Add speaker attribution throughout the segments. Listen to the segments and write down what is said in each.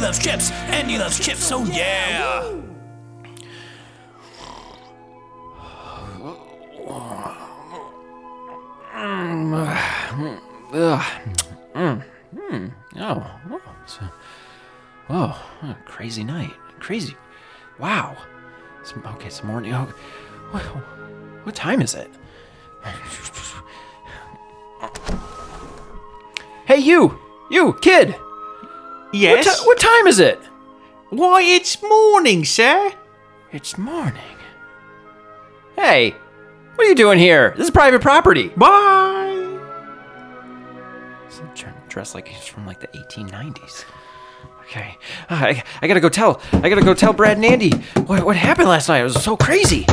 Speaker 1: loves chips. Andy loves chips. So yeah. Oh, oh, it's a- whoa, what a crazy night. Crazy. Wow. It's, okay, it's morning. Oh, what, what time is it? Hey, you! You, kid! What,
Speaker 2: Yes.
Speaker 1: ti- what time is it?
Speaker 2: Why, it's morning, sir.
Speaker 1: It's morning. Hey, what are you doing here? This is private property.
Speaker 2: Bye.
Speaker 1: Some dr- dressed like he's from like the 1890s. Okay, Ah, I, I gotta go tell. I gotta go tell Brad and Andy what, what happened last night. It was so crazy.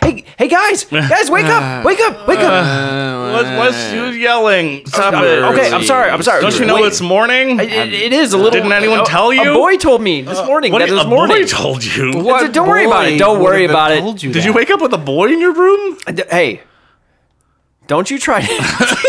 Speaker 1: Hey, hey guys, guys, wake up, wake up, wake up.
Speaker 3: Uh, What's, what's who's yelling? Stop it.
Speaker 1: Eh. Okay, I'm sorry, I'm sorry.
Speaker 3: Don't you know
Speaker 1: Wait.
Speaker 3: it's morning?
Speaker 1: It- it- it is a little.
Speaker 3: uh, Didn't anyone
Speaker 1: a-
Speaker 3: tell you? Uh,
Speaker 1: A boy told me this morning
Speaker 3: what
Speaker 1: that
Speaker 3: do
Speaker 1: it
Speaker 3: you-
Speaker 1: was
Speaker 3: a
Speaker 1: morning.
Speaker 3: boy told you.
Speaker 1: Don't worry about it. Don't worry about it.
Speaker 3: Did you wake up with a boy in your room?
Speaker 1: Uh, D- Hey, don't you try to.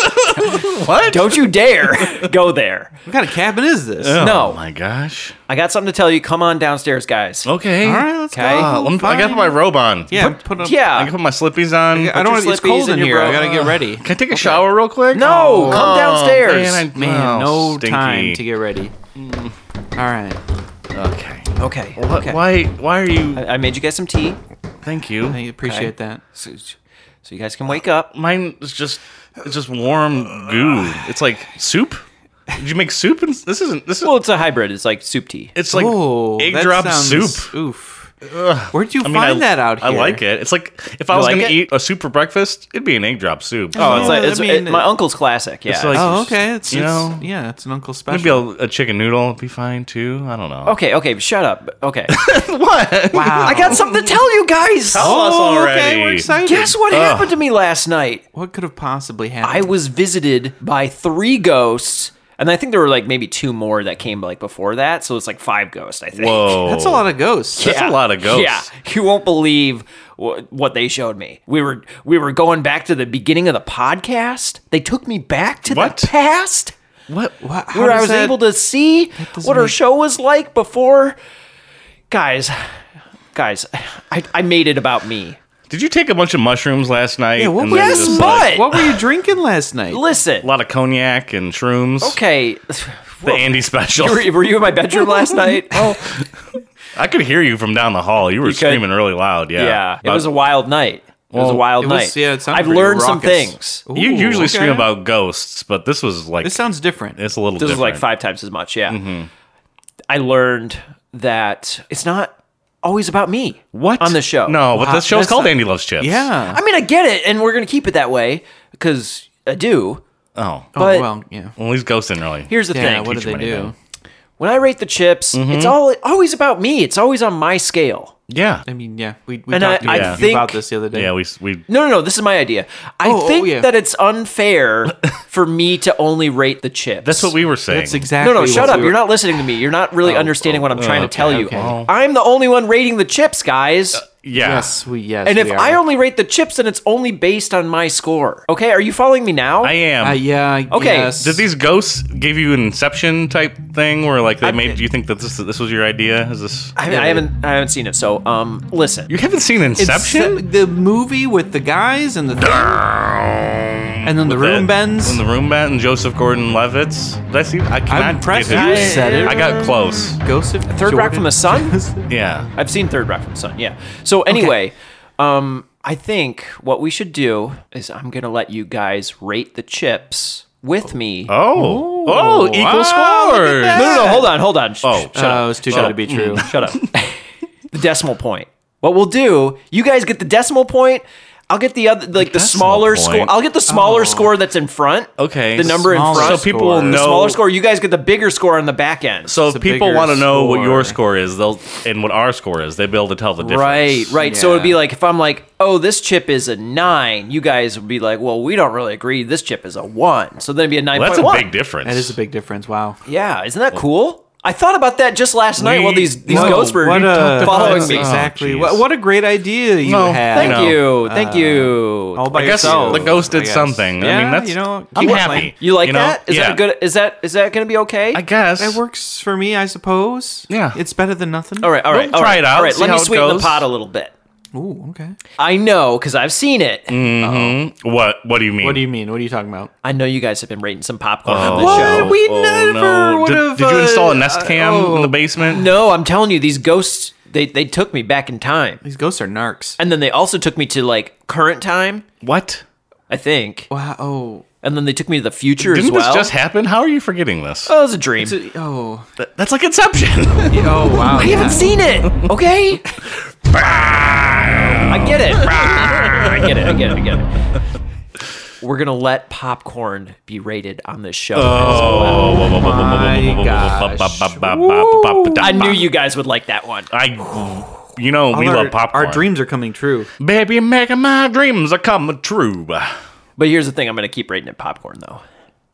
Speaker 1: what? Don't you dare go there.
Speaker 2: What kind of cabin is this?
Speaker 1: No.
Speaker 3: Oh my gosh.
Speaker 1: I got something to tell you. Come on downstairs, guys.
Speaker 3: Okay.
Speaker 2: All right, let's
Speaker 1: Okay.
Speaker 2: go.
Speaker 3: Uh, let me- I gotta
Speaker 2: Fine.
Speaker 3: put my robe on.
Speaker 2: Yeah, put up,
Speaker 3: I
Speaker 1: Yeah.
Speaker 3: gotta put my slippies on.
Speaker 2: I don't.
Speaker 1: your
Speaker 2: want It's
Speaker 1: slippies
Speaker 2: cold
Speaker 1: in
Speaker 2: in
Speaker 1: your
Speaker 2: here. I
Speaker 1: bra.
Speaker 2: gotta get ready.
Speaker 3: Can I take a shower real quick?
Speaker 1: No,
Speaker 3: Oh,
Speaker 1: come downstairs.
Speaker 3: Man, I-
Speaker 2: Man,
Speaker 3: oh,
Speaker 2: no
Speaker 3: stinky.
Speaker 2: time to get ready. Mm. All right.
Speaker 3: Okay.
Speaker 1: Okay.
Speaker 3: What,
Speaker 1: okay.
Speaker 3: Why? Why are you?
Speaker 1: I, I made you guys some tea,
Speaker 3: Thank
Speaker 2: I
Speaker 3: you.
Speaker 2: appreciate that.
Speaker 1: so, so you guys can wake up.
Speaker 3: Mine is just it's just warm goo. It's like soup. Did you make soup? And this isn't. This is.
Speaker 1: Well, it's a hybrid. It's like soup tea.
Speaker 3: It's like
Speaker 2: oh,
Speaker 3: egg
Speaker 2: that
Speaker 3: drop
Speaker 2: sounds-
Speaker 3: soup.
Speaker 2: Oof. Where'd you
Speaker 3: I mean,
Speaker 2: find
Speaker 3: I-
Speaker 2: that out here?
Speaker 3: I like it. It's like if I
Speaker 1: You
Speaker 3: was
Speaker 1: like
Speaker 3: gonna
Speaker 1: it?
Speaker 3: eat a soup for breakfast, it'd be an egg drop soup.
Speaker 1: Oh, it's
Speaker 2: Yeah,
Speaker 1: like it's,
Speaker 2: I mean,
Speaker 1: it- my uncle's classic. Yeah.
Speaker 3: It's like-
Speaker 2: Oh, okay. It's,
Speaker 3: You
Speaker 2: you
Speaker 3: know,
Speaker 2: know, yeah, it's an uncle special.
Speaker 3: maybe a, a chicken noodle would be fine too. I don't know.
Speaker 1: okay. Okay. Shut up. Okay.
Speaker 3: what?
Speaker 2: wow.
Speaker 1: I got something to tell you guys.
Speaker 3: us
Speaker 2: Oh,
Speaker 3: already.
Speaker 2: okay. We're excited.
Speaker 1: Guess what happened to me last night?
Speaker 2: What could have possibly
Speaker 1: I
Speaker 2: happened?
Speaker 1: was visited by three ghosts, and I think there were like maybe two more that came like before that. So it's like five ghosts. I think.
Speaker 3: Whoa.
Speaker 2: That's a lot of ghosts.
Speaker 3: That's a lot of ghosts.
Speaker 1: Yeah, you won't believe wh- what they showed me. We were we were going back to the beginning of the podcast. They took me back to
Speaker 3: What?
Speaker 1: the past
Speaker 3: What?
Speaker 2: Wha- how
Speaker 1: where I
Speaker 2: does
Speaker 1: was
Speaker 2: that-
Speaker 1: able to see
Speaker 2: doesn't
Speaker 1: what our
Speaker 2: make-
Speaker 1: show was like before. Guys, guys, I, I made it about me.
Speaker 3: Did you take a bunch of mushrooms last night?
Speaker 2: Yeah, what
Speaker 3: and
Speaker 2: were
Speaker 3: then
Speaker 2: you
Speaker 1: Yes,
Speaker 3: just,
Speaker 1: but-
Speaker 3: like,
Speaker 2: What were you drinking last night?
Speaker 1: Listen,
Speaker 3: a lot of cognac and shrooms.
Speaker 1: okay.
Speaker 3: The Andy special.
Speaker 1: Were, were you in my bedroom last night? Oh,
Speaker 3: I could hear you from down the hall. You were screaming really loud. Yeah.
Speaker 1: yeah. It
Speaker 3: About-
Speaker 1: was a wild night. It was a
Speaker 3: Well,
Speaker 1: wild
Speaker 2: it
Speaker 1: night.
Speaker 2: was- yeah, it sounded
Speaker 1: I've
Speaker 2: pretty
Speaker 1: learned some
Speaker 2: raucous.
Speaker 1: things.
Speaker 2: Ooh,
Speaker 3: you usually scream
Speaker 2: okay.
Speaker 3: about ghosts, but this was like
Speaker 2: This sounds different. Mm-hmm.
Speaker 3: it's a little
Speaker 1: this is
Speaker 3: different.
Speaker 1: like five times as much yeah i learned that it's not always about me
Speaker 3: What
Speaker 1: on the show
Speaker 3: No, but
Speaker 2: Wow,
Speaker 3: the show's
Speaker 2: that's
Speaker 3: called
Speaker 2: not-
Speaker 3: Andy Loves Chips.
Speaker 2: yeah.
Speaker 1: i mean i get it and we're gonna keep it that way because i do
Speaker 3: Oh.
Speaker 1: but
Speaker 2: oh, well, yeah.
Speaker 3: Well, these ghosts didn't really.
Speaker 1: here's the
Speaker 2: Yeah,
Speaker 1: thing
Speaker 2: what
Speaker 3: teach
Speaker 2: did they
Speaker 3: them
Speaker 2: do?
Speaker 3: anything.
Speaker 1: when i rate the chips
Speaker 2: Mm-hmm.
Speaker 1: it's all always about me it's always on my scale
Speaker 3: yeah.
Speaker 2: I mean, yeah, we, we
Speaker 1: And
Speaker 2: talked
Speaker 1: I-
Speaker 2: to
Speaker 1: I
Speaker 2: you
Speaker 1: think-
Speaker 2: about this the other day.
Speaker 3: Yeah, we we
Speaker 1: no no no this is my idea i
Speaker 2: Oh, oh,
Speaker 1: think
Speaker 2: yeah.
Speaker 1: that it's unfair for me to only rate the chips
Speaker 3: that's what we were saying.
Speaker 2: That's
Speaker 1: no,
Speaker 2: exactly
Speaker 1: no,
Speaker 2: what
Speaker 1: shut
Speaker 2: we
Speaker 1: up.
Speaker 2: were- Oh,
Speaker 1: You're not listening to me. You're not really understanding what I'm trying to tell you.
Speaker 2: okay.
Speaker 3: Oh.
Speaker 1: I'm the only one rating the chips, guys.
Speaker 3: Yeah.
Speaker 2: Yes, we yes.
Speaker 1: And if
Speaker 2: we
Speaker 1: I
Speaker 2: are.
Speaker 1: only rate the chips, then it's only based on my score. Okay, are you following me now?
Speaker 3: I am.
Speaker 2: Uh, yeah.
Speaker 1: Okay.
Speaker 2: Yes.
Speaker 3: Did these ghosts give you an inception type thing where like they made you think that this this was your idea? Is this
Speaker 1: I, I haven't I haven't seen it. So um, listen.
Speaker 3: You haven't seen Inception?
Speaker 2: The, uh, the movie with the guys and the and then the room bends.
Speaker 3: In the room bends and Joseph Gordon Levitts. Did I see I cannot
Speaker 2: impressed
Speaker 3: get
Speaker 2: you
Speaker 3: his-
Speaker 2: said it.
Speaker 3: I got close.
Speaker 2: Ghost of
Speaker 1: Third Rock from the Sun?
Speaker 3: Yeah.
Speaker 1: I've seen Third Rock from the Sun. Yeah. So anyway, um, I think what we should do is I'm gonna let you guys rate the chips with me.
Speaker 3: Oh. Oh, equal
Speaker 2: wow, look at
Speaker 3: scores.
Speaker 2: that.
Speaker 1: No, no, no. Hold on, hold on. Sh-
Speaker 3: Oh.
Speaker 1: shut up.
Speaker 2: Oh, it's too
Speaker 1: shut
Speaker 2: good
Speaker 1: up. Mm-hmm.
Speaker 2: to be true.
Speaker 1: Shut up. the decimal point. What we'll do, you guys get the decimal point. I'll get the other, like the,
Speaker 3: decimal
Speaker 1: smaller
Speaker 3: point. Oh.
Speaker 1: score. I'll get the smaller score that's in front.
Speaker 3: Okay.
Speaker 1: The number in
Speaker 2: Smaller
Speaker 1: front.
Speaker 3: So people will
Speaker 2: score.
Speaker 3: know.
Speaker 1: The smaller score. You guys get the bigger score on the back end.
Speaker 3: So
Speaker 2: It's
Speaker 3: if
Speaker 2: a
Speaker 3: people
Speaker 2: bigger
Speaker 3: want to know what your score
Speaker 2: score.
Speaker 3: is, they'll and what our score is, they'll be able to tell the difference.
Speaker 1: right, right. So
Speaker 2: Yeah.
Speaker 1: it'd be like if I'm like, oh, this chip is a nine. You guys would be like, well, we don't really agree. This chip is a one. So then it'd be a nine
Speaker 3: Well,
Speaker 1: point
Speaker 3: that's
Speaker 1: one.
Speaker 3: a big difference.
Speaker 2: That is a big difference. Wow.
Speaker 1: Yeah, isn't that cool? I thought about that just last night while these these
Speaker 3: Whoa,
Speaker 1: ghosts were
Speaker 2: what a-
Speaker 1: following me.
Speaker 2: Exactly.
Speaker 3: Oh,
Speaker 2: what,
Speaker 3: jeez.
Speaker 2: what a great idea you
Speaker 3: No,
Speaker 2: had.
Speaker 3: you
Speaker 1: Thank
Speaker 3: know. Uh,
Speaker 1: you, thank you.
Speaker 2: All by
Speaker 3: I guess
Speaker 2: yourself,
Speaker 3: the ghost
Speaker 2: I
Speaker 3: did
Speaker 2: guess.
Speaker 3: something.
Speaker 2: Yeah,
Speaker 3: I mean, that's
Speaker 2: you know,
Speaker 3: I'm
Speaker 2: I'm
Speaker 3: happy.
Speaker 1: you like
Speaker 3: know?
Speaker 1: that? Is that
Speaker 3: Yeah.
Speaker 1: a good? Is that is that going to be okay?
Speaker 3: I guess.
Speaker 2: That works for me, I suppose.
Speaker 3: Yeah.
Speaker 2: It's better than nothing.
Speaker 1: all right, all right,
Speaker 3: We'll
Speaker 1: all
Speaker 3: try
Speaker 1: right,
Speaker 3: it out,
Speaker 1: All right,
Speaker 3: see
Speaker 1: let me
Speaker 3: how it
Speaker 1: sweeten the
Speaker 3: goes.
Speaker 1: pot a little bit.
Speaker 2: Ooh, okay.
Speaker 1: I know because I've seen it.
Speaker 3: Mm. What? What do you mean?
Speaker 2: What do you mean? What are you talking about?
Speaker 1: I know you guys have been rating some popcorn on
Speaker 3: Oh,
Speaker 1: the show.
Speaker 2: What? We
Speaker 3: oh,
Speaker 2: never
Speaker 3: no. Did-
Speaker 2: would've,
Speaker 3: Did, you install a
Speaker 2: uh,
Speaker 3: Nest Cam
Speaker 2: uh,
Speaker 3: in the basement?
Speaker 1: No, I'm telling you, these ghosts they they took me back in time,
Speaker 2: These ghosts are narcs.
Speaker 1: and then they also took me to like current time,
Speaker 3: What?
Speaker 1: I think,
Speaker 2: Wow. Oh.
Speaker 1: and then they took me to the future
Speaker 3: Didn't
Speaker 1: as well.
Speaker 3: this just happen? How are you forgetting this?
Speaker 1: oh, it was a dream.
Speaker 2: It's a- Oh.
Speaker 3: Th- That's like Inception.
Speaker 2: Yeah, Oh, wow.
Speaker 1: I haven't seen it. Okay. I get it. I get it. I get it. I get it. We're gonna let popcorn be rated on this show.
Speaker 2: my gosh.
Speaker 1: I knew you guys would like that one.
Speaker 3: I, you know, we love popcorn.
Speaker 2: Our dreams are coming true.
Speaker 3: baby, making my dreams are coming true.
Speaker 1: But here's the thing: I'm gonna keep rating it popcorn though.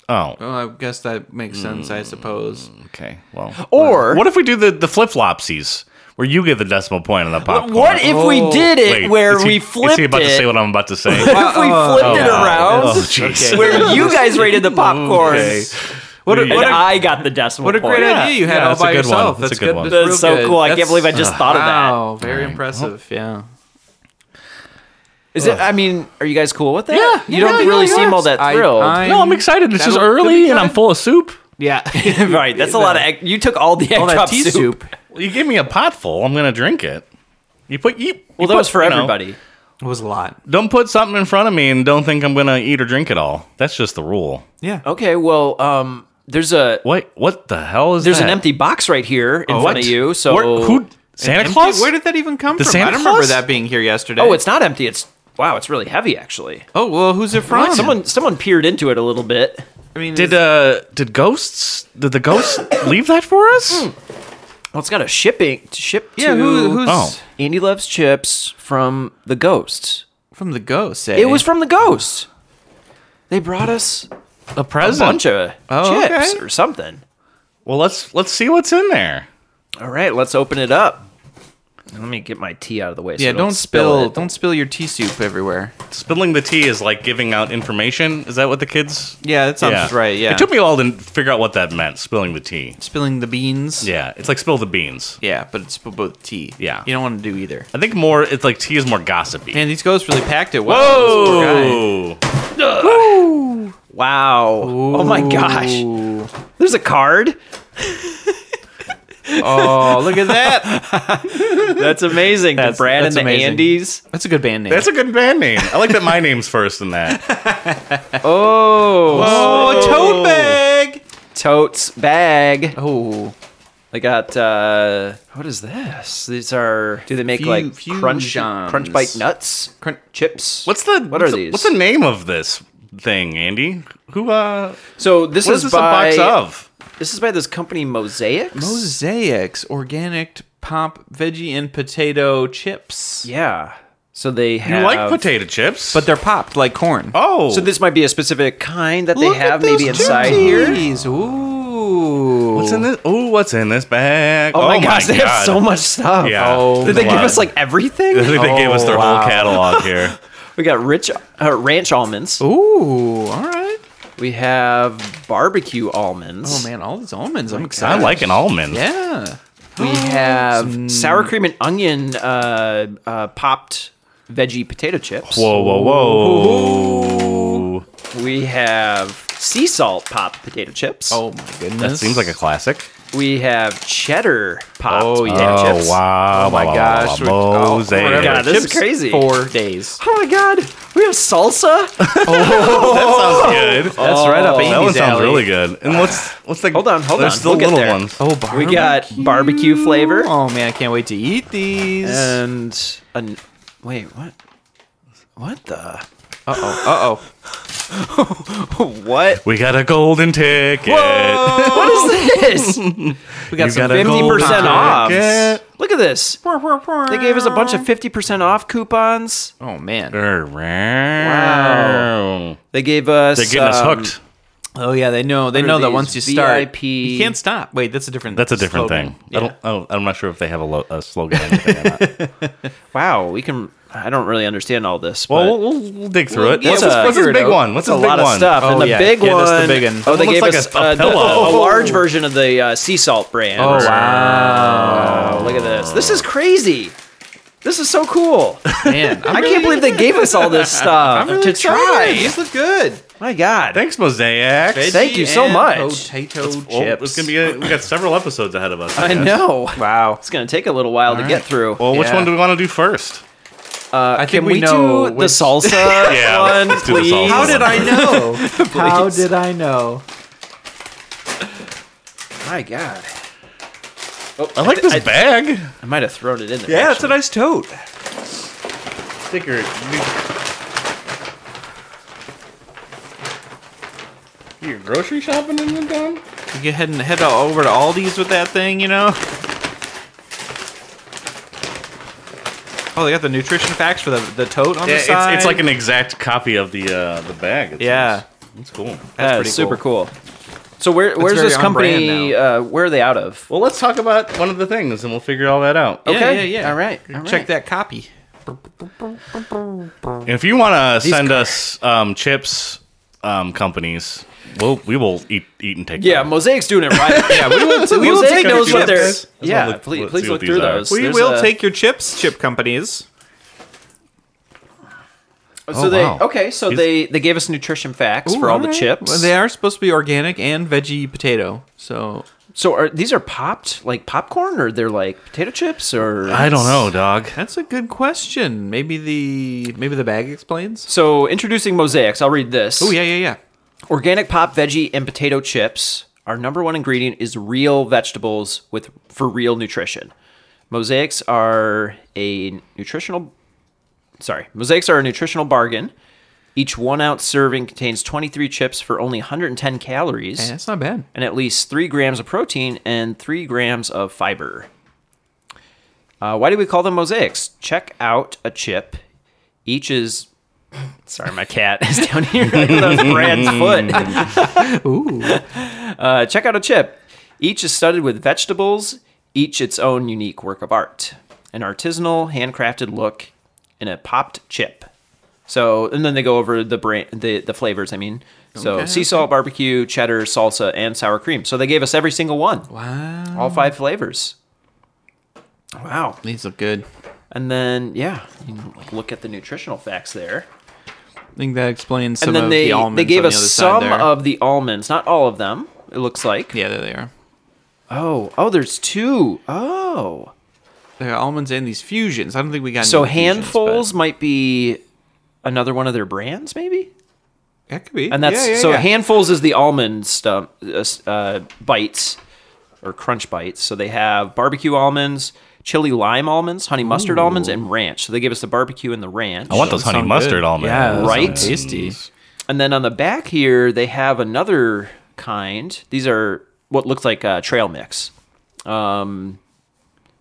Speaker 3: Oh,
Speaker 2: Oh, I guess that makes sense, I suppose.
Speaker 3: okay. Well,
Speaker 1: Or
Speaker 3: what if we do the the flip flopsies where you get the decimal point on the popcorn?
Speaker 1: what if we
Speaker 2: Oh,
Speaker 1: did it
Speaker 3: Wait,
Speaker 1: where
Speaker 3: is he-
Speaker 1: we
Speaker 3: Is
Speaker 1: flipped
Speaker 3: he about
Speaker 1: it?
Speaker 3: to say what I'm about to say?
Speaker 1: if we flipped it around,
Speaker 3: Oh, jeez.
Speaker 2: Okay.
Speaker 1: where you guys rated the popcorn,
Speaker 3: Okay.
Speaker 2: What a,
Speaker 1: and
Speaker 2: what a,
Speaker 1: I got the decimal
Speaker 2: what a
Speaker 1: point.
Speaker 2: great idea you had
Speaker 3: Yeah,
Speaker 2: all
Speaker 3: that's a
Speaker 2: by
Speaker 3: good one.
Speaker 2: yourself.
Speaker 3: That's a good one.
Speaker 1: That's
Speaker 2: real
Speaker 1: so
Speaker 2: good.
Speaker 1: cool. I can't
Speaker 2: That's-
Speaker 1: believe I just thought of that.
Speaker 2: Wow, very impressive. Yeah.
Speaker 1: Is it? I mean, are you guys cool with that?
Speaker 3: Yeah,
Speaker 1: you don't
Speaker 3: yeah,
Speaker 1: really
Speaker 3: yeah,
Speaker 1: seem all that
Speaker 2: I-
Speaker 1: thrilled.
Speaker 2: I-
Speaker 3: No, I'm excited. It's just
Speaker 2: That'll- that'll
Speaker 3: early
Speaker 2: be
Speaker 3: and I'm
Speaker 2: good.
Speaker 3: full of soup.
Speaker 2: Yeah.
Speaker 1: right, that's a lot of. ec- You took all the
Speaker 2: all
Speaker 1: egg
Speaker 2: that
Speaker 1: drop
Speaker 2: tea
Speaker 1: soup.
Speaker 2: soup.
Speaker 3: Well, You give me a pot full. I'm gonna drink it. You put you.
Speaker 1: Well, that was for everybody.
Speaker 2: It was a lot.
Speaker 3: don't put something in front of me and don't think I'm gonna eat or drink it all. That's just the rule.
Speaker 2: Yeah.
Speaker 1: Okay, well, um, there's a
Speaker 3: What? What the hell is
Speaker 1: there's
Speaker 3: that?
Speaker 1: an empty box right here in
Speaker 3: Oh, What?
Speaker 1: front of you. So
Speaker 3: Where- who? Santa
Speaker 2: Empty-
Speaker 3: Claus?
Speaker 2: Where did that even come
Speaker 3: The
Speaker 2: from?
Speaker 3: Santa
Speaker 2: I don't remember
Speaker 3: Claus?
Speaker 2: that being here yesterday.
Speaker 1: Oh, it's not empty. It's wow, it's really heavy actually.
Speaker 2: Oh well, who's it from?
Speaker 1: Someone someone peered into it a little bit.
Speaker 2: I mean,
Speaker 3: did
Speaker 2: is-
Speaker 3: uh did ghosts? Did the ghosts leave that for
Speaker 1: Hmm.
Speaker 3: us?
Speaker 1: Well, it's got a shipping ship
Speaker 2: yeah,
Speaker 1: to
Speaker 2: who, who's
Speaker 3: Oh.
Speaker 1: Andy loves chips from the ghost.
Speaker 2: from the ghost? Eh?
Speaker 1: It was from the ghost. They brought us
Speaker 3: A
Speaker 1: a
Speaker 3: present.
Speaker 1: bunch of
Speaker 2: Oh,
Speaker 1: chips
Speaker 2: okay.
Speaker 1: or something.
Speaker 3: well, let's let's see what's in there.
Speaker 1: All right, let's open it up. Let me get my tea out of the way. so
Speaker 2: yeah.
Speaker 1: I
Speaker 2: Don't spill.
Speaker 1: it.
Speaker 2: Don't spill your tea soup everywhere.
Speaker 3: Spilling the tea is like giving out information. Is that what the kids?
Speaker 2: Yeah, that sounds right. Yeah.
Speaker 3: It took me a while to figure out what that meant. Spilling the tea.
Speaker 2: spilling the beans.
Speaker 3: Yeah. It's like spill the beans.
Speaker 2: Yeah, but it's both tea.
Speaker 3: Yeah.
Speaker 2: You don't want to do either.
Speaker 3: I think more. It's like tea is more gossipy. Oh!
Speaker 2: Man, these ghosts really packed it. Wow, this
Speaker 3: Whoa!
Speaker 1: Wow. Oh my gosh. There's a card.
Speaker 2: poor guy. Oh, look at that.
Speaker 1: That's amazing. the Brad
Speaker 2: that's
Speaker 1: and the
Speaker 2: amazing.
Speaker 1: Andes.
Speaker 2: That's a good band name.
Speaker 3: That's a good band name. I like that my name's first in that.
Speaker 1: Oh,
Speaker 2: oh, a tote bag.
Speaker 1: totes bag.
Speaker 2: Oh,
Speaker 1: They got uh, what is this? These are do they make
Speaker 2: Fu-
Speaker 1: like crunch
Speaker 2: fusions.
Speaker 1: crunch bite nuts
Speaker 2: Crunch-
Speaker 1: chips?
Speaker 3: What's the
Speaker 1: what
Speaker 3: what's
Speaker 1: are
Speaker 3: the-
Speaker 1: these?
Speaker 3: What's the name of this thing, Andy? Who uh?
Speaker 1: so this
Speaker 3: What is
Speaker 1: is,
Speaker 3: this
Speaker 1: by
Speaker 3: a box of?
Speaker 1: this is by this company Mosaics.
Speaker 2: mosaics, organic pop veggie and potato chips.
Speaker 1: yeah. So they have
Speaker 3: You like potato chips?
Speaker 2: But they're popped like corn.
Speaker 3: oh,
Speaker 1: So this might be a specific kind that they
Speaker 2: Look at
Speaker 1: have
Speaker 2: those
Speaker 1: maybe inside here.
Speaker 2: chipsies. Ooh.
Speaker 3: what's in this? Oh, what's in this bag?
Speaker 1: Oh, my gosh, they have
Speaker 3: God.
Speaker 1: so much stuff.
Speaker 3: Yeah. Oh
Speaker 1: Did they
Speaker 3: my.
Speaker 1: give us like
Speaker 3: I
Speaker 1: everything?
Speaker 3: think they gave us their
Speaker 1: Oh,
Speaker 2: wow.
Speaker 3: whole catalog here.
Speaker 1: we got rich uh, ranch almonds.
Speaker 2: Ooh. All right.
Speaker 1: We have barbecue almonds.
Speaker 2: Oh man, all these almonds. I'm
Speaker 3: I
Speaker 2: excited.
Speaker 3: like an almond.
Speaker 2: Yeah.
Speaker 1: We have sour cream and onion uh, uh, popped veggie potato chips.
Speaker 3: Whoa, whoa, whoa!
Speaker 1: We have sea salt popped potato chips.
Speaker 2: Oh my goodness.
Speaker 3: That seems like a classic.
Speaker 1: We have cheddar popped
Speaker 2: Oh,
Speaker 1: potato
Speaker 2: yeah.
Speaker 1: chips.
Speaker 3: Oh wow!
Speaker 2: Oh my gosh. we- oh,
Speaker 3: Mosaic.
Speaker 2: forever.
Speaker 1: God, this is
Speaker 2: Chips
Speaker 1: crazy.
Speaker 2: Four days.
Speaker 1: Oh my god, we have salsa. Oh.
Speaker 3: that sounds good.
Speaker 2: That's right up
Speaker 3: That one
Speaker 2: Amy's
Speaker 3: sounds
Speaker 2: alley.
Speaker 3: really good. And what's what's the?
Speaker 1: Ah. Hold on, hold
Speaker 3: there's
Speaker 1: on.
Speaker 3: Still
Speaker 1: We'll get
Speaker 3: little
Speaker 1: there.
Speaker 3: ones.
Speaker 2: Oh, barbecue.
Speaker 1: We got barbecue flavor.
Speaker 2: Oh man, I can't wait to eat these. Uh
Speaker 1: And an, wait, what? What the?
Speaker 2: oh.
Speaker 1: What?
Speaker 3: We got a golden ticket.
Speaker 2: Uh oh.
Speaker 1: What is this?
Speaker 2: we got
Speaker 3: You
Speaker 2: some
Speaker 3: got a
Speaker 2: fifty
Speaker 1: 50%
Speaker 3: golden
Speaker 1: off.
Speaker 3: ticket.
Speaker 1: Look at this.
Speaker 2: percent.
Speaker 1: They gave us a bunch of 50% off coupons.
Speaker 2: Oh man.
Speaker 3: Wow.
Speaker 1: They gave us
Speaker 3: They're getting us
Speaker 1: um,
Speaker 3: hooked.
Speaker 2: Oh yeah, they know. They
Speaker 1: What are
Speaker 2: know that
Speaker 1: these,
Speaker 2: once you start,
Speaker 1: VIP?
Speaker 2: you can't stop. Wait, that's a different.
Speaker 3: That's a different
Speaker 2: slogan.
Speaker 3: thing.
Speaker 2: Yeah.
Speaker 3: I don't, oh, I'm not sure if they have a, lo- a slogan. or anything or not.
Speaker 1: Wow, we can. I don't really understand all this. but
Speaker 3: Well, we'll, we'll, we'll dig through it.
Speaker 1: yeah,
Speaker 3: what's
Speaker 1: we'll
Speaker 3: his, what's his
Speaker 1: figure it
Speaker 3: big
Speaker 1: out.
Speaker 3: one? What's
Speaker 1: it's a
Speaker 3: his big
Speaker 1: lot of
Speaker 3: one?
Speaker 1: stuff.
Speaker 2: Oh,
Speaker 1: and the
Speaker 2: yeah.
Speaker 1: big
Speaker 2: Yeah,
Speaker 1: one.
Speaker 2: that's the big one.
Speaker 1: Oh, they
Speaker 3: It looks
Speaker 1: gave
Speaker 3: like
Speaker 1: us
Speaker 3: a- a
Speaker 1: uh, the-
Speaker 3: pillow.
Speaker 1: a large version of the uh, sea salt brand.
Speaker 2: Oh wow,
Speaker 1: Wow, Look at this. This is crazy. This is so cool.
Speaker 2: man! I'm
Speaker 1: I can't believe they gave us all this stuff
Speaker 2: really
Speaker 1: to
Speaker 2: excited.
Speaker 1: try.
Speaker 2: These look good.
Speaker 1: My God.
Speaker 3: Thanks, Mosaic.
Speaker 1: Thank you
Speaker 2: Veggie
Speaker 1: so
Speaker 2: and
Speaker 1: much.
Speaker 2: Potato chips.
Speaker 3: Well, oh, it's gonna be. A, we got several episodes ahead of us.
Speaker 1: I
Speaker 3: guess.
Speaker 1: know.
Speaker 2: wow.
Speaker 1: It's gonna take a little while to get through.
Speaker 3: Well, which
Speaker 2: Yeah.
Speaker 3: one do we want to do first?
Speaker 1: Uh,
Speaker 2: I think
Speaker 1: can
Speaker 2: we
Speaker 1: we,
Speaker 2: know
Speaker 1: do the
Speaker 2: which-
Speaker 1: salsa
Speaker 3: Yeah,
Speaker 1: one,
Speaker 3: let's just do the
Speaker 1: please?
Speaker 3: salsa
Speaker 2: How did I know? How
Speaker 1: Please.
Speaker 2: did I know?
Speaker 1: My God.
Speaker 3: I like this bag.
Speaker 1: I might have thrown it in there.
Speaker 2: Yeah, it's a
Speaker 1: actually.
Speaker 2: nice tote.
Speaker 3: Sticker. You're grocery shopping in the town?
Speaker 2: You go ahead and head over to Aldi's with that thing, you know. Oh, they got the nutrition facts for the, the tote on
Speaker 3: Yeah,
Speaker 2: the
Speaker 3: it's,
Speaker 2: side.
Speaker 3: it's like an exact copy of the uh, the bag. it
Speaker 2: Yeah.
Speaker 3: says. That's cool.
Speaker 1: That
Speaker 2: pretty
Speaker 1: is super cool. So where where's
Speaker 2: very
Speaker 1: this
Speaker 2: on brand
Speaker 1: company? Uh, where are they out of?
Speaker 3: Well, let's talk about one of the things, and we'll figure all that out.
Speaker 2: Yeah,
Speaker 1: Okay,
Speaker 2: yeah, yeah.
Speaker 1: all right, all
Speaker 2: Check
Speaker 1: right.
Speaker 2: that copy.
Speaker 3: If you want to send us um, chips, um, companies, we'll we will eat eat and take.
Speaker 1: Yeah,
Speaker 3: them.
Speaker 1: Mosaic's doing it right. yeah,
Speaker 2: we will- we will
Speaker 1: Mosaic
Speaker 2: take
Speaker 1: knows
Speaker 2: your
Speaker 1: what they're.
Speaker 2: chips.
Speaker 3: Let's
Speaker 1: Yeah,
Speaker 3: look-
Speaker 1: please,
Speaker 3: let's
Speaker 1: please
Speaker 3: see what
Speaker 1: look through
Speaker 3: these are.
Speaker 1: those.
Speaker 2: We
Speaker 1: There's
Speaker 2: will
Speaker 1: a-
Speaker 2: take your chips, chip companies.
Speaker 1: So
Speaker 3: Oh,
Speaker 1: they
Speaker 3: wow.
Speaker 1: okay. So
Speaker 3: He's-
Speaker 1: they they gave us nutrition facts for all the
Speaker 2: Alright.
Speaker 1: chips.
Speaker 2: Well, they are supposed to be organic and veggie potato. So
Speaker 1: So are these are popped like popcorn or they're like potato chips or
Speaker 3: I don't know, dog.
Speaker 2: that's a good question. Maybe the maybe the bag explains.
Speaker 1: So introducing mosaics, I'll read this.
Speaker 2: Oh yeah, yeah, yeah.
Speaker 1: Organic pop, veggie, and potato chips. Our number one ingredient is real vegetables with for real nutrition. Mosaics are a nutritional sorry, mosaics are a nutritional bargain. Each one ounce serving contains 23 chips for only 110 calories
Speaker 2: Hey, that's not bad.
Speaker 1: and at least three grams of protein and three grams of fiber. Uh, why do we call them mosaics? Check out a chip. Each is. Sorry, my cat is down here like, with a Brad's foot.
Speaker 2: Ooh,
Speaker 1: Uh, check out a chip. Each is studded with vegetables, each its own unique work of art. An artisanal, handcrafted look in a popped chip. So, and then they go over the brand, the, the flavors, I mean. So,
Speaker 2: Okay,
Speaker 1: sea salt, barbecue, cheddar, salsa, and sour cream. So, they gave us every single one.
Speaker 2: wow.
Speaker 1: All five flavors. Wow.
Speaker 2: These look good.
Speaker 1: And then yeah,
Speaker 2: Hmm.
Speaker 1: you can like, look at the nutritional facts there.
Speaker 2: I think that explains some
Speaker 1: and then
Speaker 2: of
Speaker 1: they
Speaker 2: the almonds.
Speaker 1: they gave
Speaker 2: on the
Speaker 1: us
Speaker 2: other side
Speaker 1: some
Speaker 2: there.
Speaker 1: of the almonds, not all of them. It looks like.
Speaker 2: Yeah, there they are.
Speaker 1: Oh, oh, there's two. Oh.
Speaker 2: There are almonds and these fusions. I don't think we got
Speaker 1: So
Speaker 2: any fusions, but-
Speaker 1: handfuls might be another one of their brands, maybe.
Speaker 2: That could be.
Speaker 1: And that's
Speaker 2: yeah, yeah,
Speaker 1: so
Speaker 2: yeah.
Speaker 1: handfuls is the almond stump uh, s- uh, bites or crunch bites. So they have barbecue almonds, chili lime almonds, honey mustard almonds, and ranch. So they give us the barbecue and the ranch.
Speaker 3: I want those honey
Speaker 2: sound
Speaker 3: mustard
Speaker 2: good.
Speaker 3: almonds.
Speaker 2: Yeah, those
Speaker 1: Right?
Speaker 2: sound tasty.
Speaker 1: And then on the back here, they have another kind. These are what looks like uh, trail mix. Um,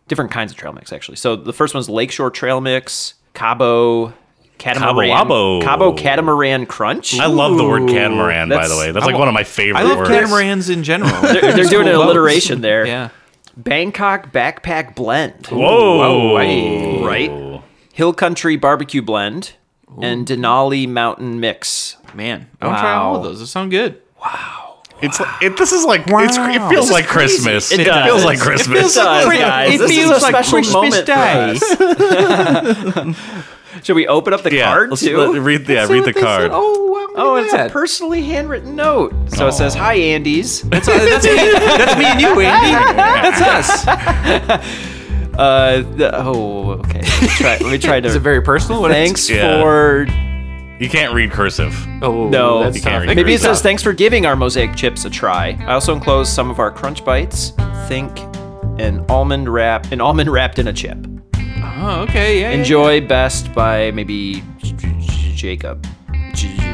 Speaker 1: different kinds of trail mix, actually. So the first one's Lakeshore Trail Mix, Cabo Catamaran.
Speaker 3: Cabo Wabo.
Speaker 1: Cabo Catamaran Crunch.
Speaker 3: I love the word catamaran, by the
Speaker 1: that's-
Speaker 3: way. That's like one of my favorite
Speaker 2: I love
Speaker 3: words.
Speaker 2: catamarans in general.
Speaker 1: They're, they're doing an
Speaker 2: boats.
Speaker 1: alliteration there.
Speaker 2: yeah.
Speaker 1: Bangkok Backpack Blend.
Speaker 3: Whoa.
Speaker 1: Whoa, right? Hill Country Barbecue Blend. And Denali Mountain Mix.
Speaker 2: Man, I want to try all of
Speaker 1: Wow.
Speaker 2: those. Those sound good.
Speaker 3: It's it, this is like it's, it feels like Christmas.
Speaker 1: It
Speaker 3: It,
Speaker 1: does.
Speaker 3: feels like Christmas.
Speaker 1: It does, guys.
Speaker 2: It
Speaker 1: this
Speaker 2: feels
Speaker 1: is a
Speaker 2: like
Speaker 1: special
Speaker 2: Christmas
Speaker 1: moment for
Speaker 2: Day.
Speaker 1: us. Should we open up the
Speaker 3: Yeah,
Speaker 1: card
Speaker 3: let's
Speaker 1: too?
Speaker 3: let- read the yeah, read the card.
Speaker 2: Oh,
Speaker 1: Oh, and it's a personally handwritten note. So it says, "Hi, Andy's."
Speaker 2: that's, me, that's me and you, Andy. That's us.
Speaker 1: Uh, the, oh, okay. Let me try, let me try to.
Speaker 2: Is it very personal? What
Speaker 1: thanks
Speaker 3: Yeah.
Speaker 1: for
Speaker 3: You can't read cursive.
Speaker 2: Oh,
Speaker 1: no.
Speaker 2: That's
Speaker 3: You can't
Speaker 2: tough.
Speaker 3: read
Speaker 1: Maybe it
Speaker 3: Very
Speaker 1: says
Speaker 3: tough.
Speaker 1: thanks for giving our mosaic chips a try. I also enclosed some of our crunch bites. Think an almond wrap, an almond wrapped in a chip.
Speaker 2: Oh, okay. Yeah. yeah,
Speaker 1: Enjoy best by maybe J- J- Jacob. J- J-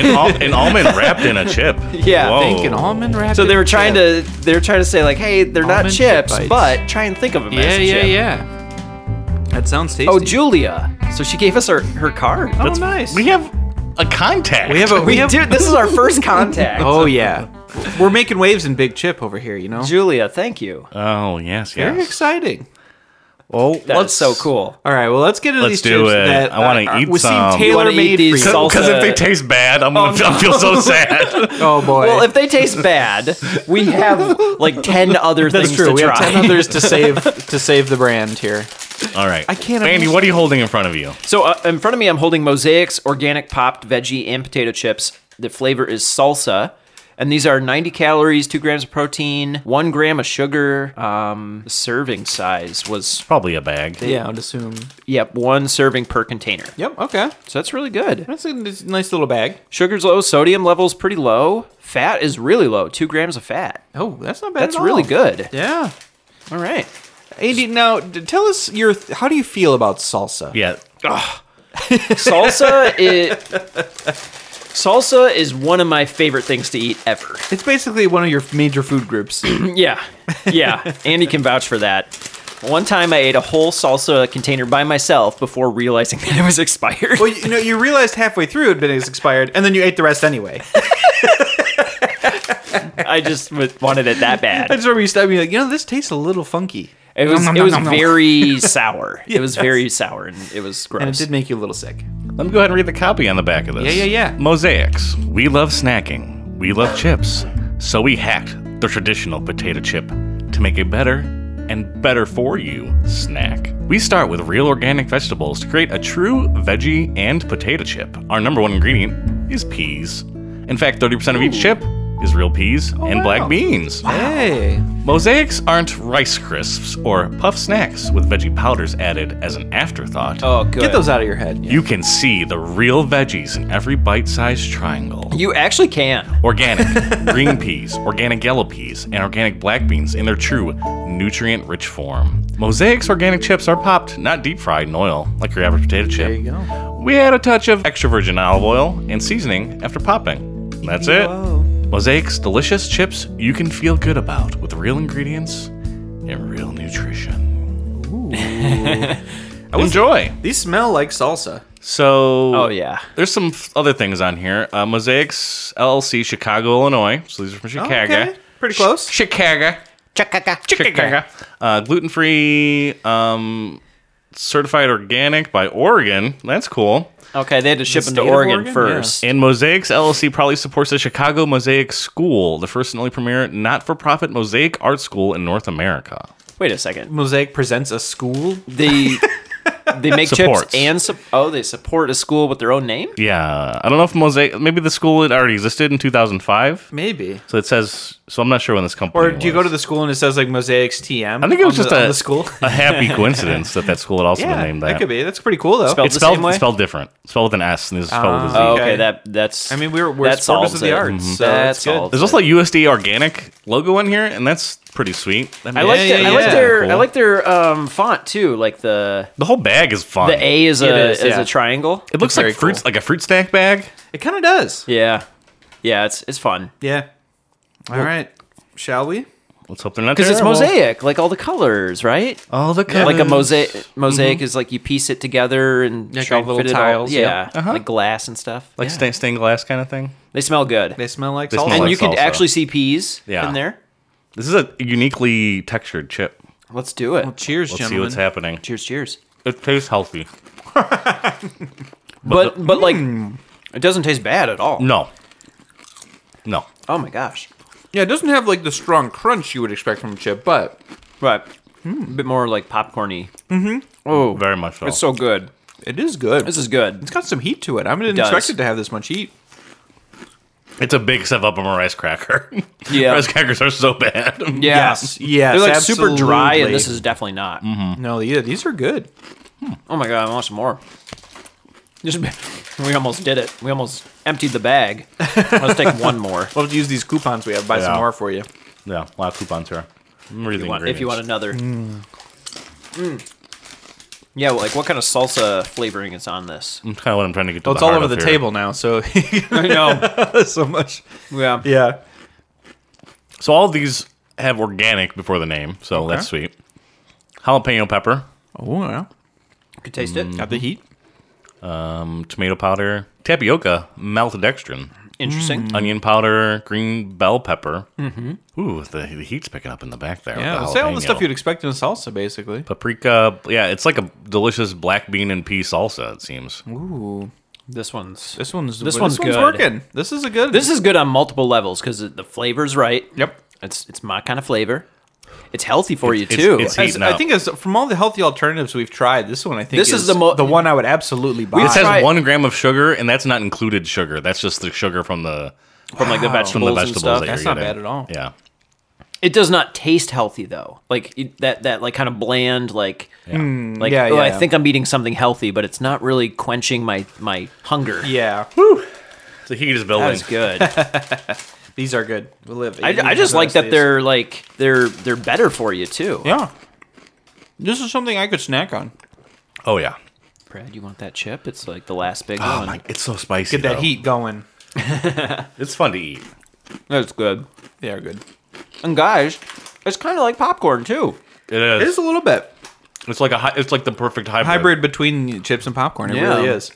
Speaker 3: An, al- an almond wrapped in a chip.
Speaker 1: Yeah.
Speaker 3: Whoa.
Speaker 2: yeah. Think an almond wrap.
Speaker 1: So they were trying to they were trying to say like, hey, they're not
Speaker 2: Almond chip
Speaker 1: chips,
Speaker 2: bites.
Speaker 1: but try and think of them
Speaker 2: Yeah,
Speaker 1: as a
Speaker 2: yeah,
Speaker 1: chip.
Speaker 2: yeah. That sounds tasty.
Speaker 1: Oh, Julia. So she gave us her, her card.
Speaker 2: Oh,
Speaker 3: That's-
Speaker 2: nice.
Speaker 3: We have a contact.
Speaker 2: We have a we have,
Speaker 1: Dude, this is our first contact.
Speaker 2: Oh yeah, we're making waves in Big Chip over here. You know,
Speaker 1: Julia, thank you.
Speaker 3: Oh yes,
Speaker 2: very
Speaker 3: yes.
Speaker 2: exciting.
Speaker 3: Well,
Speaker 1: That's so cool.
Speaker 2: All right, well let's get into
Speaker 3: Let's
Speaker 2: these
Speaker 3: do
Speaker 2: chips
Speaker 3: it.
Speaker 2: that
Speaker 3: I wanna
Speaker 2: uh,
Speaker 3: eat
Speaker 2: was seen
Speaker 3: some. You
Speaker 1: wanna
Speaker 2: tailor-made
Speaker 1: eat these
Speaker 2: for you.
Speaker 1: salsa-
Speaker 3: Because if they taste bad, I'm gonna feel- feel so sad.
Speaker 2: Oh boy.
Speaker 1: Well, if they taste bad, we have like ten other
Speaker 2: that's
Speaker 1: things
Speaker 2: true.
Speaker 1: to
Speaker 2: We have
Speaker 1: try.
Speaker 2: ten others to save to save the brand here.
Speaker 3: All right. I
Speaker 2: can't
Speaker 3: Andy,
Speaker 2: imagine-
Speaker 3: what are you holding in front of you?
Speaker 1: So uh, in front of me, I'm holding mosaics, organic popped veggie, and potato chips. The flavor is salsa, and these are 90 calories, two grams of protein, one gram of sugar. Um, the serving size was
Speaker 3: Probably a bag.
Speaker 2: Yeah, I'd assume.
Speaker 1: yep, one serving per container.
Speaker 2: Yep. Okay.
Speaker 1: So that's really good.
Speaker 2: That's a nice nice little bag.
Speaker 1: Sugar's low, sodium levels pretty low, fat is really low, two grams of fat.
Speaker 2: Oh, that's not bad.
Speaker 1: That's
Speaker 2: at
Speaker 1: really
Speaker 2: all.
Speaker 1: good.
Speaker 2: Yeah.
Speaker 1: All right.
Speaker 2: Andy, now d- tell us your th- how do you feel about salsa?
Speaker 3: Yeah.
Speaker 1: Salsa it Salsa is one of my favorite things to eat ever.
Speaker 2: It's basically one of your major food groups.
Speaker 1: Yeah, yeah. Andy can vouch for that. One time I ate a whole salsa container by myself before realizing that it was expired.
Speaker 2: well, you know, you realized halfway through it had been expired, and then you ate the rest anyway.
Speaker 1: I just w- wanted it that
Speaker 2: I
Speaker 1: bad.
Speaker 2: just remember you stopped being like, you know, this tastes a little funky,
Speaker 1: It was
Speaker 2: Nom,
Speaker 1: it
Speaker 2: nom,
Speaker 1: was
Speaker 2: nom, nom.
Speaker 1: very sour. It was
Speaker 2: Yes.
Speaker 1: very sour and it was
Speaker 2: and it
Speaker 1: gross.
Speaker 2: did make you a little sick.
Speaker 3: Let me go ahead and read the copy on the back of this.
Speaker 2: Yeah, yeah, yeah.
Speaker 3: Mosaics. We love snacking. We love chips. So we hacked the traditional potato chip to make a better and better for you snack. We start with real organic vegetables to create a true veggie and potato chip. Our number one ingredient is peas. In fact, 30% of each chip is real peas
Speaker 2: Oh,
Speaker 3: and black beans.
Speaker 2: Hey,
Speaker 3: Mosaics aren't rice crisps or puff snacks with veggie powders added as an afterthought.
Speaker 1: oh, good.
Speaker 2: get those out of your head.
Speaker 3: You can see the real veggies in every bite sized triangle.
Speaker 1: You actually can.
Speaker 3: Organic green peas, organic yellow peas, and organic black beans in their true nutrient rich form. Mosaics organic chips are popped, not deep fried in oil like your average potato chip.
Speaker 2: There you go.
Speaker 3: We add a touch of extra virgin olive oil and seasoning after popping. That's it.
Speaker 2: Whoa.
Speaker 3: Mosaic's delicious chips you can feel good about with real ingredients and real nutrition. Enjoy.
Speaker 2: These smell like salsa.
Speaker 3: So,
Speaker 1: Oh yeah.
Speaker 3: there's some f- other things on here. Uh, Mosaics LLC, Chicago, Illinois. So these are from Chicago.
Speaker 2: Okay, pretty close.
Speaker 3: Chicago. Chicago. Chicago. Uh, Gluten free, um, certified organic by Oregon. That's cool.
Speaker 1: Okay, they had to ship them to
Speaker 2: state of
Speaker 1: Oregon,
Speaker 2: Oregon?
Speaker 1: first.
Speaker 3: And Mosaics LLC probably supports the Chicago Mosaic School, the first and only premier not for profit mosaic art school in North America.
Speaker 1: Wait a second.
Speaker 2: Mosaic presents a school.
Speaker 1: They they make
Speaker 3: Supports.
Speaker 1: chips and sup- oh they support a school with their own name.
Speaker 3: Yeah. I don't know if Mosaic, maybe the school had already existed in 2005.
Speaker 2: Maybe.
Speaker 3: So it says, so I'm not sure when this company
Speaker 2: Or do you go
Speaker 3: was.
Speaker 2: to the school and it says like Mosaics TM?
Speaker 3: I think it was just
Speaker 2: the,
Speaker 3: a,
Speaker 2: on the school.
Speaker 3: a happy coincidence that that school had also
Speaker 2: yeah,
Speaker 3: been named that.
Speaker 2: could be. That's pretty cool though.
Speaker 1: Spelled-
Speaker 3: It's
Speaker 1: The same
Speaker 3: spelled,
Speaker 1: way?
Speaker 3: it's spelled different. It's spelled with an S and it's spelled with a Z.
Speaker 1: Oh,
Speaker 2: Okay.
Speaker 1: okay. that that's.
Speaker 2: I mean, we're- we're
Speaker 1: that
Speaker 2: supporters
Speaker 1: solves
Speaker 2: of the
Speaker 1: it. Mm-hmm.
Speaker 2: arts, so
Speaker 1: that
Speaker 2: it's good.
Speaker 1: solves
Speaker 3: There's
Speaker 1: it.
Speaker 3: also a USD organic logo in here, and that's pretty sweet. That
Speaker 1: I
Speaker 3: makes-
Speaker 1: like
Speaker 2: Yeah,
Speaker 1: the,
Speaker 2: yeah,
Speaker 1: I like
Speaker 2: yeah.
Speaker 1: their
Speaker 3: Cool.
Speaker 1: I like their um, font too. Like the
Speaker 3: the whole bag is fun.
Speaker 1: the A is a
Speaker 2: is,
Speaker 1: is,
Speaker 2: yeah.
Speaker 1: a triangle.
Speaker 3: It looks
Speaker 2: Very
Speaker 3: like fruits,
Speaker 2: cool.
Speaker 3: like a fruit snack bag.
Speaker 2: it kind of does.
Speaker 1: Yeah, yeah. It's it's fun
Speaker 2: Yeah. All right. Shall we?
Speaker 3: Let's hope they're not
Speaker 1: because it's
Speaker 3: terrible.
Speaker 1: mosaic, like all the colors, right?
Speaker 3: All the colors.
Speaker 1: Like a mosaic. Mosaic is like you piece it together and
Speaker 2: Mm-hmm. Like
Speaker 1: try
Speaker 2: all
Speaker 1: and
Speaker 2: little
Speaker 1: fit it all-
Speaker 2: tiles,
Speaker 1: Yeah,
Speaker 2: yeah.
Speaker 3: Uh-huh.
Speaker 1: like glass and stuff.
Speaker 3: like
Speaker 1: Yeah.
Speaker 3: sta- stained glass kind of thing.
Speaker 1: they smell good,
Speaker 2: They smell like
Speaker 3: They smell
Speaker 2: salsa.
Speaker 1: and
Speaker 3: like
Speaker 1: you can
Speaker 3: salsa.
Speaker 1: actually see peas
Speaker 3: Yeah.
Speaker 1: in there.
Speaker 3: This is a uniquely textured chip.
Speaker 1: Let's do it.
Speaker 2: Cheers,
Speaker 3: Let's see
Speaker 2: gentlemen.
Speaker 3: what's happening.
Speaker 1: cheers, cheers.
Speaker 3: It tastes healthy.
Speaker 1: But but like,
Speaker 2: Mm.
Speaker 1: it doesn't taste bad at all.
Speaker 3: No, no.
Speaker 1: Oh my gosh.
Speaker 2: Yeah, it doesn't have like the strong crunch you would expect from a chip, but
Speaker 1: Right. A bit more like popcorny. Mm-hmm. Oh,
Speaker 3: Very much so.
Speaker 1: It's so good.
Speaker 2: it is good.
Speaker 1: This
Speaker 2: It's
Speaker 1: is good.
Speaker 2: got some heat to it. I didn't
Speaker 1: does.
Speaker 2: expect it to have this much heat.
Speaker 3: It's a big step up from a rice cracker.
Speaker 1: Yeah.
Speaker 3: rice crackers are so bad.
Speaker 1: Yeah.
Speaker 2: Yes, yes,
Speaker 1: They're like super dry,
Speaker 2: absolutely.
Speaker 1: and this is definitely not.
Speaker 3: Mm.
Speaker 2: No, yeah, these are good.
Speaker 1: Oh my god, I want some more. Just, we almost did it. We almost emptied the bag. Let's take one more.
Speaker 2: We'll have to use these coupons we have. Buy
Speaker 3: Yeah.
Speaker 2: some more for you.
Speaker 3: Yeah, a lot of coupons here. I'm reading the
Speaker 1: If you want
Speaker 3: ingredients.
Speaker 1: another. Mm. Yeah, well, like what kind of salsa flavoring is on this?
Speaker 3: That's kind of what I'm trying to get to.
Speaker 1: Oh,
Speaker 2: Well,
Speaker 3: the
Speaker 2: it's all
Speaker 3: heart
Speaker 2: over
Speaker 3: of
Speaker 2: the
Speaker 3: here.
Speaker 2: table now, so
Speaker 1: I know.
Speaker 2: so much.
Speaker 1: Yeah.
Speaker 2: Yeah,
Speaker 3: So all these have organic before the name, so that's sweet. Jalapeno pepper,
Speaker 2: Oh, yeah. Mm.
Speaker 1: You could taste it.
Speaker 2: Mm-hmm. Got the heat.
Speaker 3: um, tomato powder, tapioca, maltodextrin,
Speaker 1: Interesting.
Speaker 3: Mm-hmm. onion powder, green bell pepper. Mm-hmm. Ooh, the, the heat's picking up in the back there.
Speaker 2: Yeah,
Speaker 3: with
Speaker 2: say all the
Speaker 3: jalapeno.
Speaker 2: stuff you'd expect in a salsa, basically.
Speaker 3: Paprika, yeah, it's like a delicious black bean and pea salsa. It seems.
Speaker 2: Ooh,
Speaker 1: This one's
Speaker 2: this one's
Speaker 1: This one's good.
Speaker 2: working. This is a good.
Speaker 1: this is good on multiple levels because the flavor's right.
Speaker 2: yep.
Speaker 1: It's it's my kind of flavor. It's healthy for you
Speaker 3: It's-
Speaker 1: too.
Speaker 3: it's
Speaker 2: As-
Speaker 3: Heating
Speaker 2: I
Speaker 3: up.
Speaker 2: think as, from all the healthy alternatives we've tried, this one I think
Speaker 1: This is the mo-
Speaker 2: the one I would absolutely buy.
Speaker 3: This has
Speaker 1: Try it.
Speaker 3: one gram of sugar, and that's not included sugar. That's just the sugar from the
Speaker 1: from like the vegetables,
Speaker 3: from the
Speaker 1: and
Speaker 3: vegetables.
Speaker 1: stuff.
Speaker 3: that
Speaker 2: That's
Speaker 3: you're
Speaker 2: not
Speaker 3: getting.
Speaker 2: bad at all.
Speaker 3: Yeah,
Speaker 1: It does not taste healthy though. Like it- that that like kind of bland like like
Speaker 2: Yeah,
Speaker 1: oh, I
Speaker 2: yeah.
Speaker 1: think I'm eating something healthy, but it's not really quenching my my hunger.
Speaker 2: yeah,
Speaker 3: the heat is
Speaker 1: That
Speaker 3: building.
Speaker 1: was good. I,
Speaker 2: these are good. We live.
Speaker 1: I just like that they're like they're they're better for you too.
Speaker 2: yeah. This is something I could snack on.
Speaker 3: Oh yeah.
Speaker 1: Brad, you want that chip? It's like the last big
Speaker 3: Oh
Speaker 1: one.
Speaker 3: my, it's so spicy.
Speaker 2: Get that
Speaker 3: though.
Speaker 2: heat going.
Speaker 3: It's fun to eat.
Speaker 1: That's good.
Speaker 2: They are good.
Speaker 1: And guys, it's kind of like popcorn too.
Speaker 3: It is.
Speaker 2: It is a little bit
Speaker 3: It's like a. hy- It's like the perfect hybrid.
Speaker 2: hybrid between chips and popcorn. It
Speaker 1: Yeah.
Speaker 2: really is.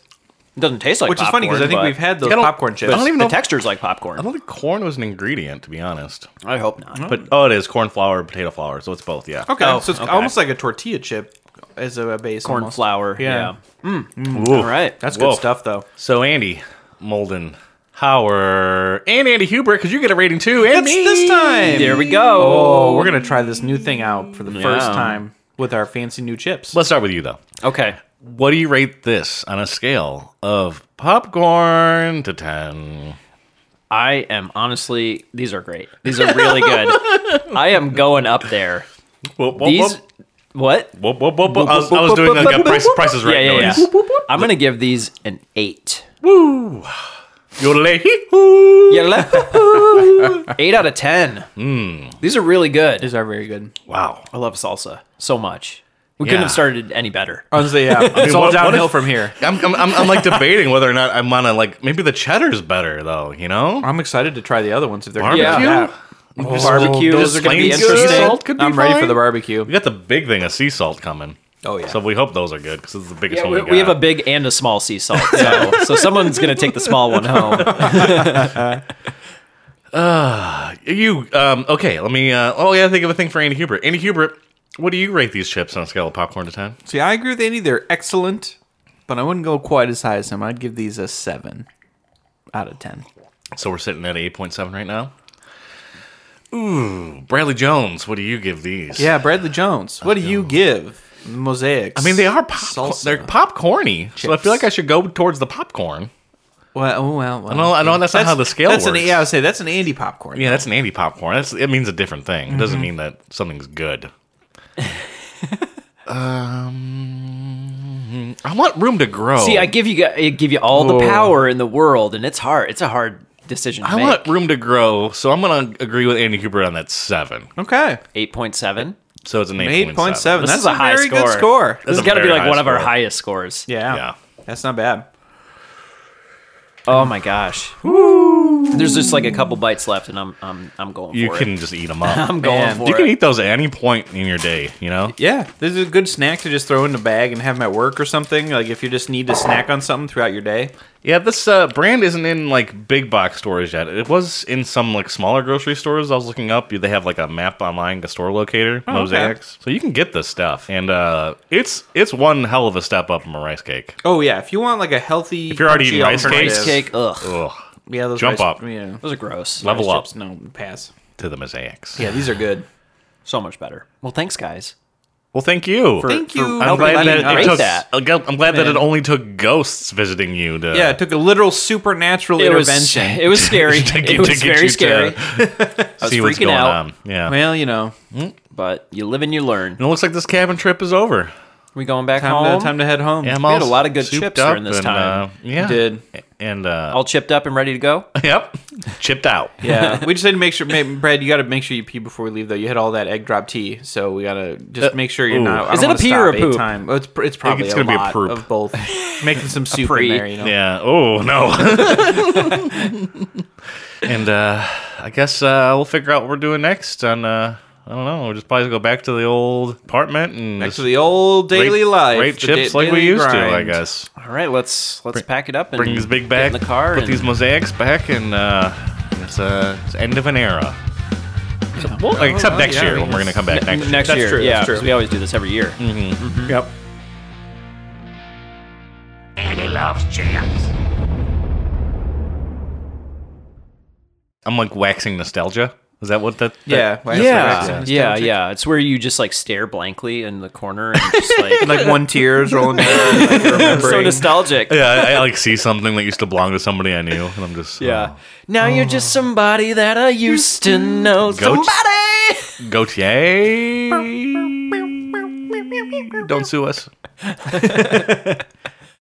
Speaker 1: It doesn't taste like
Speaker 2: Which is funny because I think we've had those
Speaker 3: I don't-
Speaker 2: popcorn chips.
Speaker 3: I don't even know
Speaker 1: the
Speaker 3: if-
Speaker 1: texture's like
Speaker 3: I
Speaker 1: popcorn.
Speaker 3: don't think corn was an ingredient, to be honest.
Speaker 1: I hope not.
Speaker 3: But oh, it is corn flour, potato flour, so it's both. Yeah.
Speaker 2: Okay,
Speaker 1: Oh,
Speaker 2: so it's
Speaker 1: okay.
Speaker 2: almost like a tortilla chip as a base.
Speaker 1: corn
Speaker 2: almost.
Speaker 1: flour.
Speaker 2: Yeah.
Speaker 1: Yeah.
Speaker 3: Ooh.
Speaker 1: All right.
Speaker 2: That's
Speaker 3: Whoa.
Speaker 2: good stuff, though.
Speaker 3: So Andy Molden, Howard, and Andy Huber, because you get a rating too, and me.
Speaker 1: There we go.
Speaker 2: Oh, we're gonna try this new thing out for the first
Speaker 1: Yeah.
Speaker 2: time with our fancy new chips.
Speaker 3: Let's start with you though.
Speaker 2: Oh.
Speaker 1: Okay.
Speaker 3: What do you rate this on a scale of popcorn to ten?
Speaker 1: I am honestly, these are great. These are really good. I am going up there.
Speaker 3: Whoop, whoop,
Speaker 1: These,
Speaker 3: whoop.
Speaker 1: what?
Speaker 3: Whoop, whoop, whoop, whoop. I was, I was doing like a price, price is right
Speaker 1: yeah, yeah,
Speaker 3: noise.
Speaker 1: yeah. I'm gonna give these an eight.
Speaker 3: Yodelay, hee, hoo.
Speaker 1: Yeah, eight out of ten.
Speaker 3: Hmm.
Speaker 1: These are really good.
Speaker 2: These are very good.
Speaker 3: Wow.
Speaker 1: I love salsa so much. We couldn't
Speaker 3: Yeah.
Speaker 1: have started any better.
Speaker 2: Honestly, yeah, it's all
Speaker 3: what- what
Speaker 2: downhill
Speaker 3: if-
Speaker 2: from here.
Speaker 3: I'm, I'm, I'm, I'm like debating whether or not I'm on a like maybe the cheddar's better though. You know,
Speaker 2: I'm excited to try the other ones if they're
Speaker 3: barbecue.
Speaker 1: Yeah.
Speaker 2: Yeah.
Speaker 3: Just-
Speaker 1: Barbecue
Speaker 3: just
Speaker 1: is gonna be
Speaker 3: plain sea
Speaker 1: interesting.
Speaker 3: salt could be
Speaker 2: I'm ready for
Speaker 3: fine.
Speaker 2: the barbecue.
Speaker 3: We got the big thing of sea salt coming.
Speaker 2: Oh, yeah.
Speaker 3: So we hope those are good because it's the biggest
Speaker 1: Yeah,
Speaker 3: one
Speaker 1: we,
Speaker 3: we,
Speaker 1: we have
Speaker 3: got.
Speaker 1: a big and a small sea salt, so, so someone's gonna take the small one home.
Speaker 3: you um okay? Let me. Uh, oh yeah, I think of a thing for Andy Hubert. Andy Hubert, what do you rate these chips on a scale of popcorn to ten?
Speaker 2: See, I agree with Andy. They're excellent, but I wouldn't go quite as high as him. I'd give these a seven out of ten.
Speaker 3: So we're sitting at eight point seven right now. Ooh, Bradley Jones, what do you give these?
Speaker 2: Yeah, Bradley Jones. What do you give mosaics?
Speaker 3: I mean they are popcorn.
Speaker 2: Salsa.
Speaker 3: They're popcorny. So I
Speaker 2: Chips.
Speaker 3: feel like I should go towards the popcorn.
Speaker 2: Well, oh, well, well.
Speaker 3: I know, I know that's, not how the scale
Speaker 2: that's
Speaker 3: works.
Speaker 2: An, yeah, I would say that's an Andy popcorn.
Speaker 3: Yeah, that's an Andy popcorn. That's it means a different thing. It doesn't
Speaker 2: Mm-hmm.
Speaker 3: mean that something's good. um, I want room to grow.
Speaker 1: See, I give you gu- I give you all the
Speaker 2: Whoa.
Speaker 1: power in the world, and it's hard. It's a hard decision to
Speaker 3: I
Speaker 1: make.
Speaker 3: want room to grow, so I'm gonna agree with Andy Hubert on that seven.
Speaker 2: Okay,
Speaker 1: Eight point seven.
Speaker 3: So it's an
Speaker 2: eight point seven.
Speaker 1: This
Speaker 2: That's
Speaker 1: is a high
Speaker 2: very
Speaker 1: score.
Speaker 2: good score.
Speaker 1: This has
Speaker 3: That's a
Speaker 1: got to be
Speaker 3: very
Speaker 1: like
Speaker 3: high
Speaker 1: one of our
Speaker 3: score.
Speaker 1: highest scores.
Speaker 2: Yeah.
Speaker 3: Yeah.
Speaker 2: That's not bad.
Speaker 1: Oh my gosh. There's just like a couple bites left, and I'm I'm I'm going
Speaker 3: You
Speaker 1: for
Speaker 3: can
Speaker 1: it.
Speaker 3: just eat them up.
Speaker 1: I'm going
Speaker 2: Man,
Speaker 1: for
Speaker 3: you
Speaker 1: it.
Speaker 3: can eat those at any point in your day. You know.
Speaker 2: Yeah, this is a good snack to just throw in the bag and have them at work or something. Like if you just need to snack on something throughout your day.
Speaker 3: Yeah, this uh, brand isn't in like big box stores yet. It was in some like smaller grocery stores. I was looking up. They have like a map online, a store locator,
Speaker 2: okay.
Speaker 3: mosaics, so you can get this stuff. And uh, it's it's one hell of a step up from a rice cake.
Speaker 2: Oh yeah, if you want like a healthy, if
Speaker 3: you're already eating rice
Speaker 1: rice cake. Ugh,
Speaker 3: Ugh,
Speaker 2: yeah, those
Speaker 3: Jump
Speaker 2: rice-
Speaker 3: up.
Speaker 2: Yeah,
Speaker 1: those are gross.
Speaker 3: Level
Speaker 2: rice
Speaker 3: up
Speaker 2: chips, No pass.
Speaker 3: to the mosaics.
Speaker 2: Yeah, these are good.
Speaker 1: So much better. Well, thanks guys.
Speaker 3: Well, thank you.
Speaker 2: Thank you.
Speaker 3: I'm
Speaker 2: for
Speaker 3: glad
Speaker 2: letting
Speaker 3: that it
Speaker 2: us-
Speaker 3: took.
Speaker 1: that.
Speaker 3: I'm glad- I'm glad that
Speaker 2: Man.
Speaker 3: it only took ghosts visiting you to.
Speaker 2: Yeah, it took a literal supernatural
Speaker 1: It was
Speaker 2: intervention.
Speaker 1: it was scary.
Speaker 3: to get-
Speaker 1: it was
Speaker 3: to get
Speaker 1: very
Speaker 3: you to
Speaker 1: scary.
Speaker 3: see what's
Speaker 1: freaking
Speaker 3: going
Speaker 1: out.
Speaker 3: on. Yeah.
Speaker 2: well, you know,
Speaker 1: But you live and you learn.
Speaker 3: And it looks like this cabin trip is over.
Speaker 1: We going back
Speaker 2: time
Speaker 1: home.
Speaker 2: to, time to head home.
Speaker 3: Yeah, I'm
Speaker 1: We had
Speaker 3: all
Speaker 1: a lot of good
Speaker 3: souped
Speaker 1: chips
Speaker 3: up
Speaker 1: during this
Speaker 3: and,
Speaker 1: time.
Speaker 3: uh, yeah,
Speaker 2: did.
Speaker 3: and uh,
Speaker 1: All chipped up and ready to go.
Speaker 3: yep, chipped out.
Speaker 2: yeah, we just had to make sure, ma- Brad. You got to make sure you pee before we leave, though. You had all that egg drop tea, so we got to just
Speaker 3: Uh,
Speaker 2: make sure you're
Speaker 3: ooh.
Speaker 2: not. I
Speaker 1: Is
Speaker 2: don't
Speaker 1: it a
Speaker 2: wanna
Speaker 1: pee or
Speaker 2: stop
Speaker 1: a
Speaker 2: eight
Speaker 1: poop?
Speaker 2: Time. Oh, It's pr- it's probably
Speaker 3: it's
Speaker 2: a
Speaker 3: gonna be a
Speaker 2: lot
Speaker 3: poop.
Speaker 2: of both. Making some soup in
Speaker 1: pre.
Speaker 2: there, you know.
Speaker 3: Yeah. Oh no. and uh, I guess uh, we'll figure out what we're doing next on uh, I don't know. We'll just probably go back to the old apartment and
Speaker 2: Back
Speaker 3: just
Speaker 2: to the old daily
Speaker 3: rape,
Speaker 2: life.
Speaker 3: rape
Speaker 2: the
Speaker 3: chips
Speaker 2: da-
Speaker 3: like we
Speaker 2: daily
Speaker 3: used to. I
Speaker 2: grind.
Speaker 3: guess
Speaker 1: All right, let's let's pack it up and
Speaker 3: bring this big
Speaker 1: get
Speaker 3: back,
Speaker 1: in the car.
Speaker 3: put
Speaker 1: and-
Speaker 3: these mosaics back, and uh, it's uh, it's end of an era. So- well, like, except
Speaker 2: oh,
Speaker 3: next
Speaker 2: yeah, I
Speaker 3: year
Speaker 2: mean,
Speaker 3: when we're gonna come back next.
Speaker 1: N- next
Speaker 2: That's
Speaker 1: year.
Speaker 2: true,
Speaker 1: yeah, Mm-hmm.
Speaker 2: that's true.
Speaker 1: 'cause we always do this every year.
Speaker 3: Mm-hmm.
Speaker 2: Yep.
Speaker 4: Andy loves chips.
Speaker 3: I'm like waxing nostalgia. Is that what that?
Speaker 2: Yeah.
Speaker 3: that-
Speaker 2: Wax
Speaker 1: Yeah,
Speaker 2: nostalgic.
Speaker 1: yeah, yeah. It's where you just like stare blankly in the corner and just like,
Speaker 2: Like one tears rolling down. Like you're
Speaker 1: so
Speaker 2: remembering.
Speaker 1: nostalgic.
Speaker 3: yeah. I, I like see something that used to belong to somebody I knew, and I'm just
Speaker 1: Yeah. Now you're just somebody that I used to know.
Speaker 3: Goats?
Speaker 1: Somebody.
Speaker 3: oh. Gautier. Don't sue us.